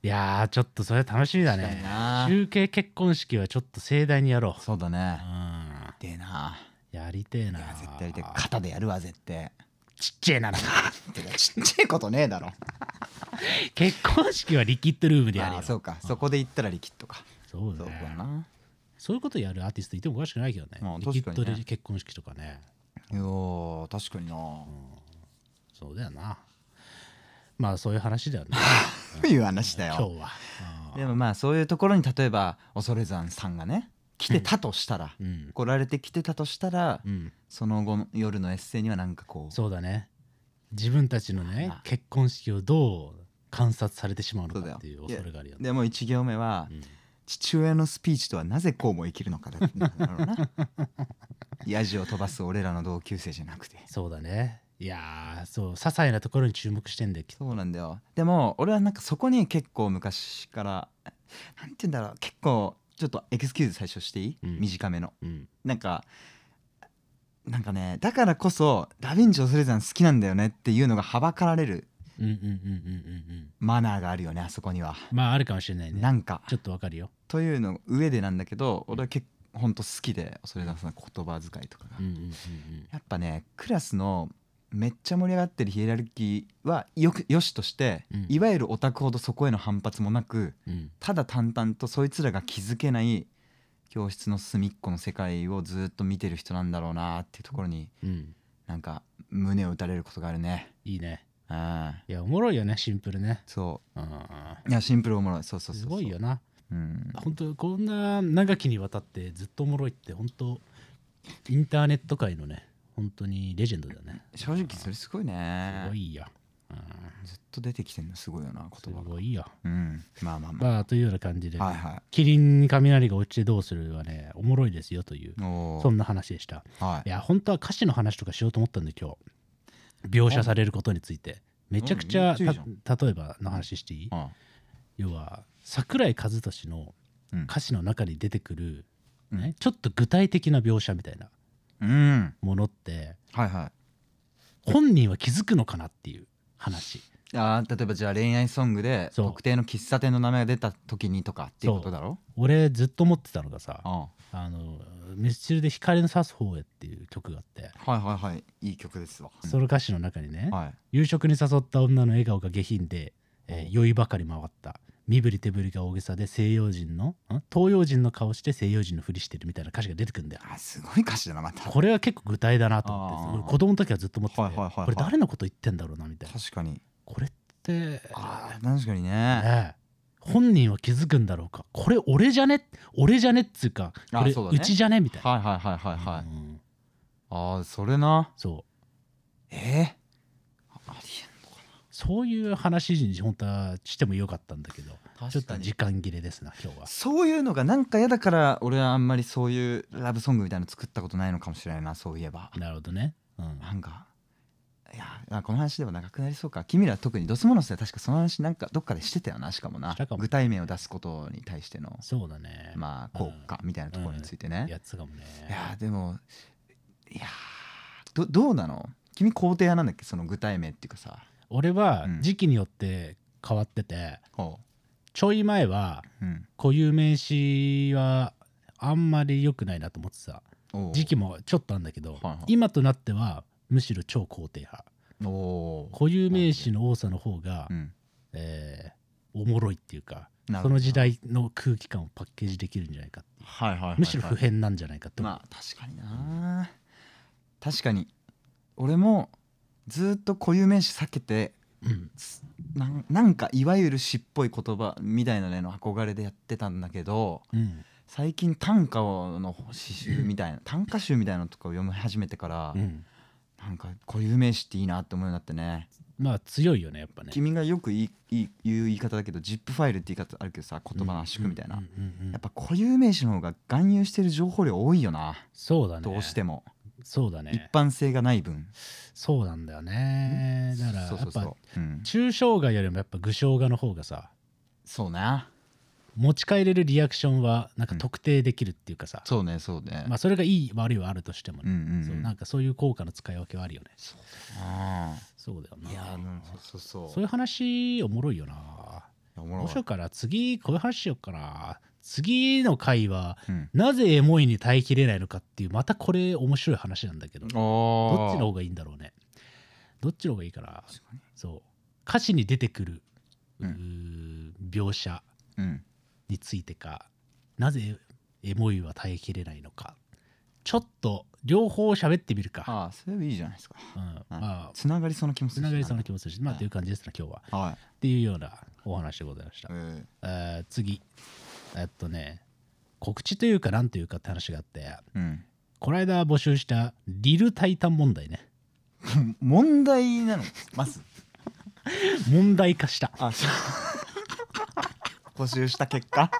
[SPEAKER 1] いやーちょっとそれ楽しみだね
[SPEAKER 2] 確かにな
[SPEAKER 1] 集計結婚式はちょっと盛大にやろう
[SPEAKER 2] そうだね
[SPEAKER 1] うん
[SPEAKER 2] でな
[SPEAKER 1] やりてえな
[SPEAKER 2] 絶対で肩でやるわ絶対
[SPEAKER 1] ちっちゃいなら
[SPEAKER 2] てかちっちゃいことねえだろ
[SPEAKER 1] 結婚式はリキッドルームでやる
[SPEAKER 2] あ
[SPEAKER 1] よ
[SPEAKER 2] あそうかそこで言ったら力とか
[SPEAKER 1] そうだ
[SPEAKER 2] そう
[SPEAKER 1] ね
[SPEAKER 2] だな
[SPEAKER 1] そういうことやるアーティストいてもおかしくないけどね
[SPEAKER 2] まあ
[SPEAKER 1] リキッド
[SPEAKER 2] 確かに
[SPEAKER 1] で
[SPEAKER 2] ね
[SPEAKER 1] 結婚式とかね
[SPEAKER 2] いやー確かにな、
[SPEAKER 1] そうだよなまあそういう話だよね
[SPEAKER 2] という話だ
[SPEAKER 1] 今
[SPEAKER 2] よ
[SPEAKER 1] 日はあ
[SPEAKER 2] でもまあそういうところに例えば恐山さんがね来てたとしたら
[SPEAKER 1] ーうん
[SPEAKER 2] 来られて来てたとしたら
[SPEAKER 1] うん
[SPEAKER 2] その後の夜のエッセイにはなんかこう
[SPEAKER 1] そうだね自分たちのね
[SPEAKER 2] あ
[SPEAKER 1] 結婚式をどう観察されてしまう
[SPEAKER 2] そ
[SPEAKER 1] の
[SPEAKER 2] うだ
[SPEAKER 1] か
[SPEAKER 2] よ
[SPEAKER 1] っていう恐れがあるよね
[SPEAKER 2] でも1行目は
[SPEAKER 1] うん
[SPEAKER 2] 父親のスピーチとはなぜこうも生きるのかだってなるだろ うなヤジを飛ばす俺らの同級生じゃなくて
[SPEAKER 1] そうだねいやーそう些細なところに注目してんだよきっと
[SPEAKER 2] そうなんだよでも俺はなんかそこに結構昔からなんて言うんだろう結構ちょっとエクスキューズ最初していい、
[SPEAKER 1] うん
[SPEAKER 2] 短めの
[SPEAKER 1] うん
[SPEAKER 2] なんかなんかねだからこそダヴィンチ・オスレザン好きなんだよねっていうのがはばかられる
[SPEAKER 1] うんうんうんうんうんうん
[SPEAKER 2] マナーがあるよねあそこには、
[SPEAKER 1] まああるかもしれないね
[SPEAKER 2] なんか
[SPEAKER 1] ちょっとわかるよ
[SPEAKER 2] というの上でなんだけど俺は結構ほんと好きでそれだその言葉遣いとかが、
[SPEAKER 1] うんうんうんうん
[SPEAKER 2] やっぱねクラスのめっちゃ盛り上がってるヒエラルキーはよくよしとして、
[SPEAKER 1] うん
[SPEAKER 2] いわゆるオタクほどそこへの反発もなく
[SPEAKER 1] うん
[SPEAKER 2] ただ淡々とそいつらが気づけない教室の隅っこの世界をずっと見てる人なんだろうなっていうところに
[SPEAKER 1] うん
[SPEAKER 2] なんか胸を打たれることがあるね
[SPEAKER 1] いいね
[SPEAKER 2] うん
[SPEAKER 1] いやおもろいよねシンプルね
[SPEAKER 2] そ
[SPEAKER 1] うん
[SPEAKER 2] ういやシンプルおもろいそうそうそ
[SPEAKER 1] す
[SPEAKER 2] うそう
[SPEAKER 1] ごいよな
[SPEAKER 2] うん
[SPEAKER 1] 本当こんな長きにわたってずっとおもろいって本当インターネット界のね本当にレジェンドだよね
[SPEAKER 2] 正直それすごいね
[SPEAKER 1] すごいよ、うん、
[SPEAKER 2] ずっと出てきてんのすごいよな
[SPEAKER 1] す
[SPEAKER 2] 言葉が
[SPEAKER 1] ごいよ
[SPEAKER 2] うんまあまあま
[SPEAKER 1] まあというような感じで、
[SPEAKER 2] あはいは
[SPEAKER 1] キリンに雷が落ちてどうするはねおもろいですよという
[SPEAKER 2] いお
[SPEAKER 1] そ
[SPEAKER 2] お
[SPEAKER 1] んな話でした
[SPEAKER 2] はい
[SPEAKER 1] や本当は歌詞の話とかしようと思ったんで今日描写されることについてめちゃくちゃ
[SPEAKER 2] うんめっちゃいい
[SPEAKER 1] た例えばの話していい
[SPEAKER 2] あ
[SPEAKER 1] 要は桜井和寿の
[SPEAKER 2] うん
[SPEAKER 1] 歌詞の中に出てくる、
[SPEAKER 2] うん
[SPEAKER 1] ねちょっと具体的な描写みたいな
[SPEAKER 2] うん
[SPEAKER 1] ものって
[SPEAKER 2] はいは
[SPEAKER 1] 本人は気づくのかなっていう話
[SPEAKER 2] いあー例えばじゃあ恋愛ソングで
[SPEAKER 1] そう
[SPEAKER 2] 特定の喫茶店の名前が出た時にとかっていうことだろ
[SPEAKER 1] 俺ずっと思ってたのがさ
[SPEAKER 2] あ
[SPEAKER 1] 「あのミスチルで光の差す方へ」っていう曲があって
[SPEAKER 2] あはいはいはいいい曲ですわ
[SPEAKER 1] その歌詞の中にね
[SPEAKER 2] はい
[SPEAKER 1] 夕食に誘った女の笑顔が下品で、えー酔いばかり回った身振り手振りが大げさで西洋人のん東洋人の顔して西洋人のふりしてるみたいな歌詞が出てくるんだよ
[SPEAKER 2] あすごい歌詞だなまた
[SPEAKER 1] これは結構具体だなと思って
[SPEAKER 2] あー
[SPEAKER 1] 俺子供の時はずっと思ってて、
[SPEAKER 2] はいはいはいはい
[SPEAKER 1] これ誰のこと言ってんだろうなみたいな
[SPEAKER 2] 確かに
[SPEAKER 1] これって
[SPEAKER 2] あー確かにね
[SPEAKER 1] ねえ本人は気づくんだろうかこれ俺じゃね俺じゃねっつうか
[SPEAKER 2] あ
[SPEAKER 1] これ
[SPEAKER 2] そうだ
[SPEAKER 1] う
[SPEAKER 2] ね
[SPEAKER 1] ちじゃねみたいな、
[SPEAKER 2] はいはいはいはいはい
[SPEAKER 1] うん
[SPEAKER 2] ああそれな
[SPEAKER 1] そう
[SPEAKER 2] えーああり
[SPEAKER 1] そういう話に本当はしてもよかったんだけど
[SPEAKER 2] えん
[SPEAKER 1] ちょっと時間切れですな今日は
[SPEAKER 2] そういうのがなんか嫌だから俺はあんまりそういうラブソングみたいなの作ったことないのかもしれないなそういえば
[SPEAKER 1] なるほどね、うん、
[SPEAKER 2] なんかいやあこの話でも長くなりそうか君ら特にドスモノスで確かその話なんかどっかでしてたよなしかもな
[SPEAKER 1] したかも
[SPEAKER 2] 具体名を出すことに対しての
[SPEAKER 1] そうだね、
[SPEAKER 2] まあ効果みたいなところについてね、いや
[SPEAKER 1] やつかもね
[SPEAKER 2] でもいやどどうなの君肯定派なんだっけその具体名っていうかさ
[SPEAKER 1] 俺は
[SPEAKER 2] うん
[SPEAKER 1] 時期によって変わってて、
[SPEAKER 2] ほ
[SPEAKER 1] ちょい前は
[SPEAKER 2] う、うん、
[SPEAKER 1] 固有名詞はあんまり良くないなと思ってた
[SPEAKER 2] おう
[SPEAKER 1] 時期もちょっとあんだけど、
[SPEAKER 2] はいはい
[SPEAKER 1] 今となってはむしろ超肯定派
[SPEAKER 2] おお
[SPEAKER 1] 固有名詞の多さの方が、
[SPEAKER 2] うん
[SPEAKER 1] えーおもろいっていうか
[SPEAKER 2] なるほど
[SPEAKER 1] その時代の空気感をパッケージできるんじゃないかっていう
[SPEAKER 2] はいはいはいはい
[SPEAKER 1] むしろ普遍なんじゃないかと、
[SPEAKER 2] まあ確かにな確かに俺もずっと固有名詞避けて
[SPEAKER 1] うん
[SPEAKER 2] すなんなんかいわゆる詩っぽい言葉みたいなのへの憧れでやってたんだけど
[SPEAKER 1] うん
[SPEAKER 2] 最近短歌の詩集みた いな短歌集みたいなのとかを読み始めてから、
[SPEAKER 1] うん
[SPEAKER 2] なんか固有名詞っていいなって思うようになってね
[SPEAKER 1] まあ強いよねやっぱね
[SPEAKER 2] 君がよく言い言い言う言い方だけど ZIP ファイルって言い方あるけどさ言葉の圧縮みたいな、
[SPEAKER 1] うんうんうんうん
[SPEAKER 2] やっぱ固有名詞の方が含有してる情報量多いよな、
[SPEAKER 1] そうだね
[SPEAKER 2] どうしても、
[SPEAKER 1] そうだ
[SPEAKER 2] 一
[SPEAKER 1] ね
[SPEAKER 2] 般性がない分
[SPEAKER 1] そうなんだよねだからや
[SPEAKER 2] そうそう
[SPEAKER 1] っ
[SPEAKER 2] そう
[SPEAKER 1] ぱ
[SPEAKER 2] うん、
[SPEAKER 1] 抽象画よりもやっぱ具象画の方がさ
[SPEAKER 2] そうね
[SPEAKER 1] 持ち帰れるリアクションはなんか
[SPEAKER 2] うん
[SPEAKER 1] 特定できるっていうかさ、
[SPEAKER 2] そうねそうね、
[SPEAKER 1] まあそれがいい悪いはあるとしても
[SPEAKER 2] うん
[SPEAKER 1] ね、
[SPEAKER 2] うんうん
[SPEAKER 1] そうなんかそういう効果の使い分けはあるよね
[SPEAKER 2] あ
[SPEAKER 1] そうだよ
[SPEAKER 2] ー
[SPEAKER 1] ない
[SPEAKER 2] やーうんそうそ
[SPEAKER 1] そ
[SPEAKER 2] うそうう
[SPEAKER 1] い
[SPEAKER 2] いう
[SPEAKER 1] 話おもろいよな
[SPEAKER 2] やおもろ
[SPEAKER 1] ど
[SPEAKER 2] いう
[SPEAKER 1] しようかな次こういう話しようかな次の回は
[SPEAKER 2] うん、
[SPEAKER 1] なぜエモいに耐えきれないのかっていうまたこれ面白い話なんだけどどっ
[SPEAKER 2] あー
[SPEAKER 1] ちの方がいいんだろうねどっちの方がいいかな
[SPEAKER 2] 確かに
[SPEAKER 1] そう歌詞に出てくる、
[SPEAKER 2] うん
[SPEAKER 1] うー描写
[SPEAKER 2] うん
[SPEAKER 1] についてかなぜエモいは耐えきれないのかちょっと両方喋ってみるか、
[SPEAKER 2] ああそれはいいじゃないですか
[SPEAKER 1] うんまあ
[SPEAKER 2] つながりそうな気もす
[SPEAKER 1] つ
[SPEAKER 2] る
[SPEAKER 1] ながりそうな
[SPEAKER 2] 気
[SPEAKER 1] 気もするしまあ
[SPEAKER 2] はい
[SPEAKER 1] という感じですな今日は
[SPEAKER 2] はい
[SPEAKER 1] っていうようなお話でございました
[SPEAKER 2] え、ー
[SPEAKER 1] えー次えっとね告知というかなんというかって話があって
[SPEAKER 2] うん
[SPEAKER 1] この間募集したリルタイタン問題ね
[SPEAKER 2] 問題なのまず
[SPEAKER 1] 問題化 した
[SPEAKER 2] あそう 募集した結果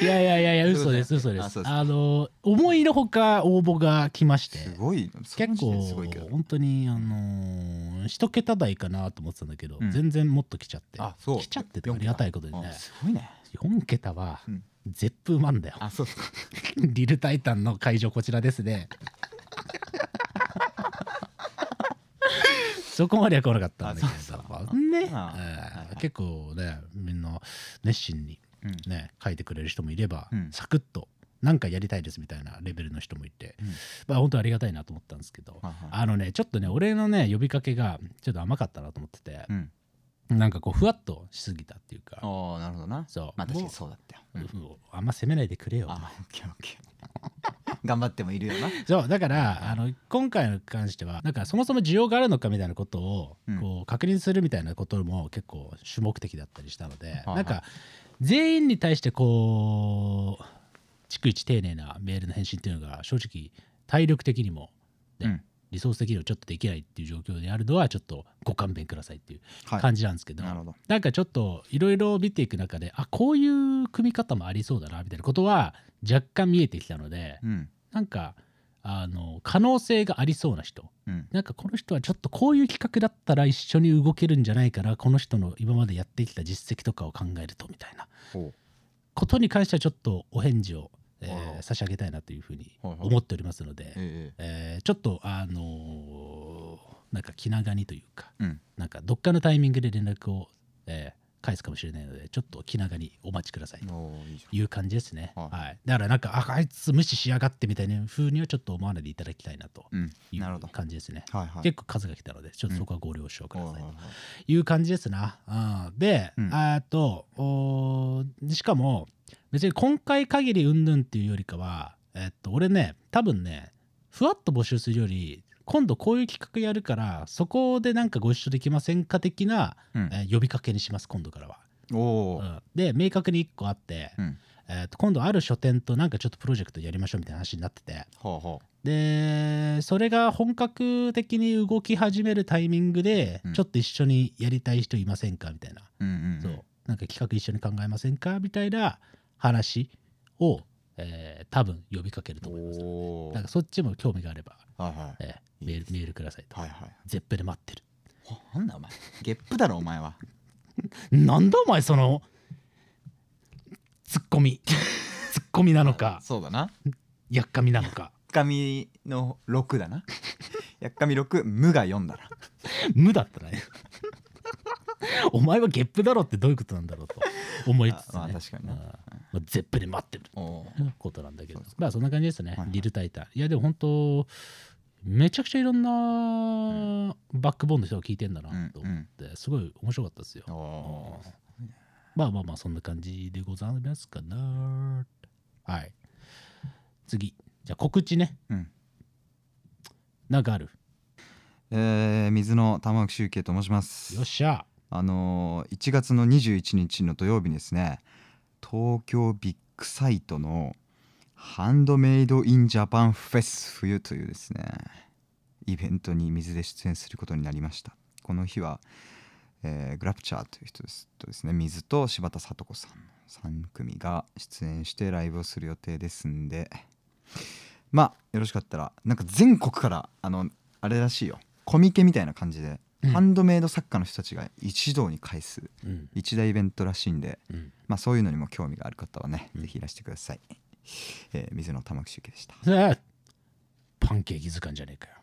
[SPEAKER 1] いやいやいやいや
[SPEAKER 2] そういうこ
[SPEAKER 1] 嘘
[SPEAKER 2] と
[SPEAKER 1] です嘘
[SPEAKER 2] ね
[SPEAKER 1] で
[SPEAKER 2] あ
[SPEAKER 1] す
[SPEAKER 2] そう
[SPEAKER 1] あ
[SPEAKER 2] です
[SPEAKER 1] の思いのほか応募が来まして
[SPEAKER 2] すごいその
[SPEAKER 1] 結
[SPEAKER 2] 時点
[SPEAKER 1] 構
[SPEAKER 2] で、すごいけど
[SPEAKER 1] 本当に、あのー、一桁台かなと思ってたんだけど、
[SPEAKER 2] うん
[SPEAKER 1] 全然もっと来ちゃって。
[SPEAKER 2] あそう
[SPEAKER 1] 来ちゃっててありがたいことでね
[SPEAKER 2] あ。すごいね
[SPEAKER 1] 4桁は
[SPEAKER 2] うん、
[SPEAKER 1] 絶風満だよ。
[SPEAKER 2] あそうですか
[SPEAKER 1] リルタイタンの会場、こちらです ね。そこまでは来なかったんだけ
[SPEAKER 2] あそう
[SPEAKER 1] ど、まあね、
[SPEAKER 2] あ
[SPEAKER 1] え
[SPEAKER 2] はいは
[SPEAKER 1] ー
[SPEAKER 2] い
[SPEAKER 1] 結構ね、みんな熱心に
[SPEAKER 2] うん
[SPEAKER 1] ね、書いてくれる人もいれば、
[SPEAKER 2] うん
[SPEAKER 1] サクッと、なんかやりたいですみたいなレベルの人もいて、
[SPEAKER 2] うん
[SPEAKER 1] まあ本当ありがたいなと思ったんですけど、
[SPEAKER 2] はいはい
[SPEAKER 1] あのねちょっとね俺のね呼びかけがちょっと甘かったなと思ってて
[SPEAKER 2] う、ん
[SPEAKER 1] なんかこうふわっとしすぎたっていうか
[SPEAKER 2] ああなるほどな
[SPEAKER 1] そう
[SPEAKER 2] まあ確かに
[SPEAKER 1] も
[SPEAKER 2] そうだったよ
[SPEAKER 1] う
[SPEAKER 2] うん
[SPEAKER 1] うんあんま責めないでくれよ
[SPEAKER 2] あオッケーオッケー 頑張ってもいるよな
[SPEAKER 1] そうだからあの今回に関してはなんかそもそも需要があるのかみたいなことを
[SPEAKER 2] うん
[SPEAKER 1] こう確認するみたいなことも結構主目的だったりしたので、
[SPEAKER 2] はい
[SPEAKER 1] なんか全員に対してこう逐一丁寧なメールの返信っていうのが正直体力的にもね
[SPEAKER 2] うん
[SPEAKER 1] リソース的にもちょっとできないっていう状況であるのはちょっとご勘弁くださいっていう
[SPEAKER 2] はい
[SPEAKER 1] 感じなんですけど、
[SPEAKER 2] なるほど
[SPEAKER 1] なんかちょっといろいろ見ていく中であこういう組み方もありそうだなみたいなことは若干見えてきたので、
[SPEAKER 2] うん
[SPEAKER 1] なんかあの可能性がありそうな人
[SPEAKER 2] うん
[SPEAKER 1] なんかこの人はちょっとこういう企画だったら一緒に動けるんじゃないかなこの人の今までやってきた実績とかを考えるとみたいな
[SPEAKER 2] ほ
[SPEAKER 1] ことに関してはちょっとお返事を、えー
[SPEAKER 2] あら
[SPEAKER 1] 差し上げたいなというふうに
[SPEAKER 2] はいはい
[SPEAKER 1] 思っておりますので、
[SPEAKER 2] え
[SPEAKER 1] えーちょっとあのーなんか気長にというか
[SPEAKER 2] えうん
[SPEAKER 1] なんかどっかのタイミングで連絡を、えー返すかもしれないのでちょっと気長にお待ちくださいと
[SPEAKER 2] おーいいじ
[SPEAKER 1] いう感じですね、は
[SPEAKER 2] はいい
[SPEAKER 1] だからなんかああいつ無視しやがってみたいな風にはちょっと思わないでいただきたいなと
[SPEAKER 2] ゃんうん
[SPEAKER 1] いう
[SPEAKER 2] なるほど
[SPEAKER 1] 感じですね、
[SPEAKER 2] はいはい
[SPEAKER 1] 結構数が来たのでちょっとそこはご了承ください
[SPEAKER 2] はい
[SPEAKER 1] と
[SPEAKER 2] はいはい
[SPEAKER 1] いう感じですな、うん、で、
[SPEAKER 2] うん
[SPEAKER 1] あとおーしかも別に今回限りうんぬんっていうよりかはえっと俺ね多分ねふわっと募集するより今度こういう企画やるからそこでなんかご一緒できませんか的な、
[SPEAKER 2] うん
[SPEAKER 1] えー呼びかけにします今度からは。
[SPEAKER 2] おお
[SPEAKER 1] うんで明確に1個あって、
[SPEAKER 2] うん
[SPEAKER 1] えっと今度ある書店となんかちょっとプロジェクトやりましょうみたいな話になってて
[SPEAKER 2] ほうほ
[SPEAKER 1] でそれが本格的に動き始めるタイミングで、
[SPEAKER 2] うん
[SPEAKER 1] ちょっと一緒にやりたい人いませんかみたいな、
[SPEAKER 2] ううんうん
[SPEAKER 1] そうなんか企画一緒に考えませんかみたいな話を、えー多分呼びかけると思います
[SPEAKER 2] おお
[SPEAKER 1] なんかそっちも興味があれば、
[SPEAKER 2] はいはい
[SPEAKER 1] えー
[SPEAKER 2] いい
[SPEAKER 1] メー
[SPEAKER 2] で
[SPEAKER 1] ルメールくださいと
[SPEAKER 2] はいはい
[SPEAKER 1] ゼッペで待ってる
[SPEAKER 2] おなんだお前ゲップだろお前は
[SPEAKER 1] なんだお前そのツッコミツッコミなのか
[SPEAKER 2] そうだな
[SPEAKER 1] やっかみなのか
[SPEAKER 2] やっかみの6 だなやっかみ6無が4だな
[SPEAKER 1] 無だったね お前はゲップだろってどういうことなんだろうと思いつつ、ね
[SPEAKER 2] あまあ確かにね
[SPEAKER 1] うんまあ、ゼップで待ってる
[SPEAKER 2] おー
[SPEAKER 1] ことなんだけど
[SPEAKER 2] そうです
[SPEAKER 1] まあそんな感じですね、
[SPEAKER 2] いはい
[SPEAKER 1] リルタイタンいやでも本当めちゃくちゃいろんなバックボーンの人が聞いてんだなと思って、すごい面白かったですよ、
[SPEAKER 2] おー
[SPEAKER 1] まあまあまあそんな感じでございますかなはい次じゃあ告知ね
[SPEAKER 2] うん
[SPEAKER 1] なんかある
[SPEAKER 2] えー水の玉置周慶と申します
[SPEAKER 1] よっしゃ
[SPEAKER 2] あのー1月の21日の土曜日にですね東京ビッグサイトのハンドメイドインジャパンフェス冬というですねイベントに水で出演することになりましたこの日は、えーグラプチャーという人ですとですね水と柴田聡子さんの3組が出演してライブをする予定ですんでまあよろしかったらなんか全国からあのあれらしいよコミケみたいな感じで、
[SPEAKER 1] うん
[SPEAKER 2] ハンドメイド作家の人たちが一堂に会す
[SPEAKER 1] うん
[SPEAKER 2] 一大イベントらしいんで、
[SPEAKER 1] うん
[SPEAKER 2] まあ、そういうのにも興味がある方はね、
[SPEAKER 1] うん
[SPEAKER 2] ぜひいらしてください、 えー水野玉木集計でした
[SPEAKER 1] さあパンケーキ図鑑じゃねえかよ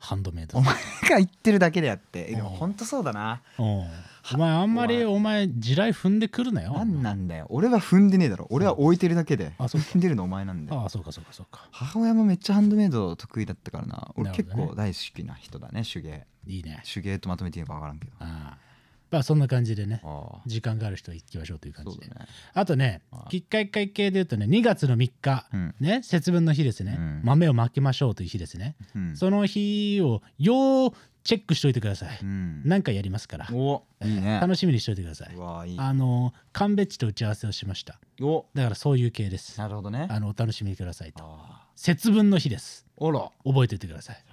[SPEAKER 1] ハンドメイド
[SPEAKER 2] お前が言ってるだけであってえでも
[SPEAKER 1] おう
[SPEAKER 2] ほんとそうだな
[SPEAKER 1] おお前あんまりお前地雷踏んでくるなよ
[SPEAKER 2] 何なんだよ俺は踏んでねえだろ俺は置いてるだけで
[SPEAKER 1] あそうか
[SPEAKER 2] 踏んでるのお前なんだよ
[SPEAKER 1] ああそうかそうかそうか
[SPEAKER 2] 母親もめっちゃハンドメイド得意だったからな俺
[SPEAKER 1] なる
[SPEAKER 2] 結
[SPEAKER 1] ほどね
[SPEAKER 2] 構大好きな人だね手芸
[SPEAKER 1] いいね
[SPEAKER 2] 手芸とまとめていいのか分からんけどあ
[SPEAKER 1] ああまあそんな感じでね
[SPEAKER 2] あ
[SPEAKER 1] 時間がある人は行きましょうという感
[SPEAKER 2] そう
[SPEAKER 1] じ
[SPEAKER 2] だ
[SPEAKER 1] で、
[SPEAKER 2] ね
[SPEAKER 1] あとね
[SPEAKER 2] はい
[SPEAKER 1] きっかけ系で言うとね2月の3日、
[SPEAKER 2] うん
[SPEAKER 1] ね節分の日ですね、
[SPEAKER 2] うん
[SPEAKER 1] 豆をまきましょうという日ですね、
[SPEAKER 2] うん
[SPEAKER 1] その日を要チェックしといてください、
[SPEAKER 2] うん
[SPEAKER 1] なんかやりますから、
[SPEAKER 2] おいいね
[SPEAKER 1] 楽しみにしといてくださいう
[SPEAKER 2] わいい
[SPEAKER 1] あの神戸地と打ち合わせをしました
[SPEAKER 2] お
[SPEAKER 1] だからそういう系です
[SPEAKER 2] なるほどね
[SPEAKER 1] あのお楽しみくださいと
[SPEAKER 2] あ
[SPEAKER 1] 節分の日です
[SPEAKER 2] ーおら
[SPEAKER 1] 覚えておいてください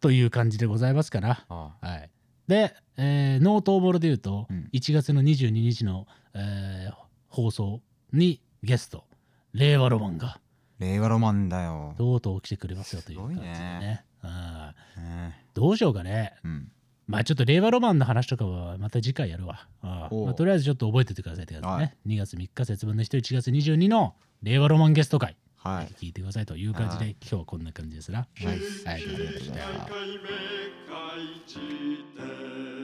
[SPEAKER 1] という感じでございますから
[SPEAKER 2] あ
[SPEAKER 1] はい、で、えー、ノートーボロでいうと、
[SPEAKER 2] うん
[SPEAKER 1] 1月の22日の、えー放送にゲスト令和ロマンが
[SPEAKER 2] 令和ロマンだよ、
[SPEAKER 1] とうとう来てくれますよという感じです
[SPEAKER 2] ごい
[SPEAKER 1] ね
[SPEAKER 2] ね
[SPEAKER 1] うん
[SPEAKER 2] ね
[SPEAKER 1] どうしようかね
[SPEAKER 2] うん、
[SPEAKER 1] まあちょっと令和ロマンの話とかはまた次回やるわ、うん
[SPEAKER 2] おう
[SPEAKER 1] まあとりあえずちょっと覚えておいてくださいって感じね、
[SPEAKER 2] はい
[SPEAKER 1] 2月3日節分の人1月22の令和ロマンゲスト会、
[SPEAKER 2] はい
[SPEAKER 1] 聞いてくださいという感じで、
[SPEAKER 2] は
[SPEAKER 1] 今日はこんな感じですな、
[SPEAKER 2] はい
[SPEAKER 1] はいありがとうございました
[SPEAKER 3] 回目開示で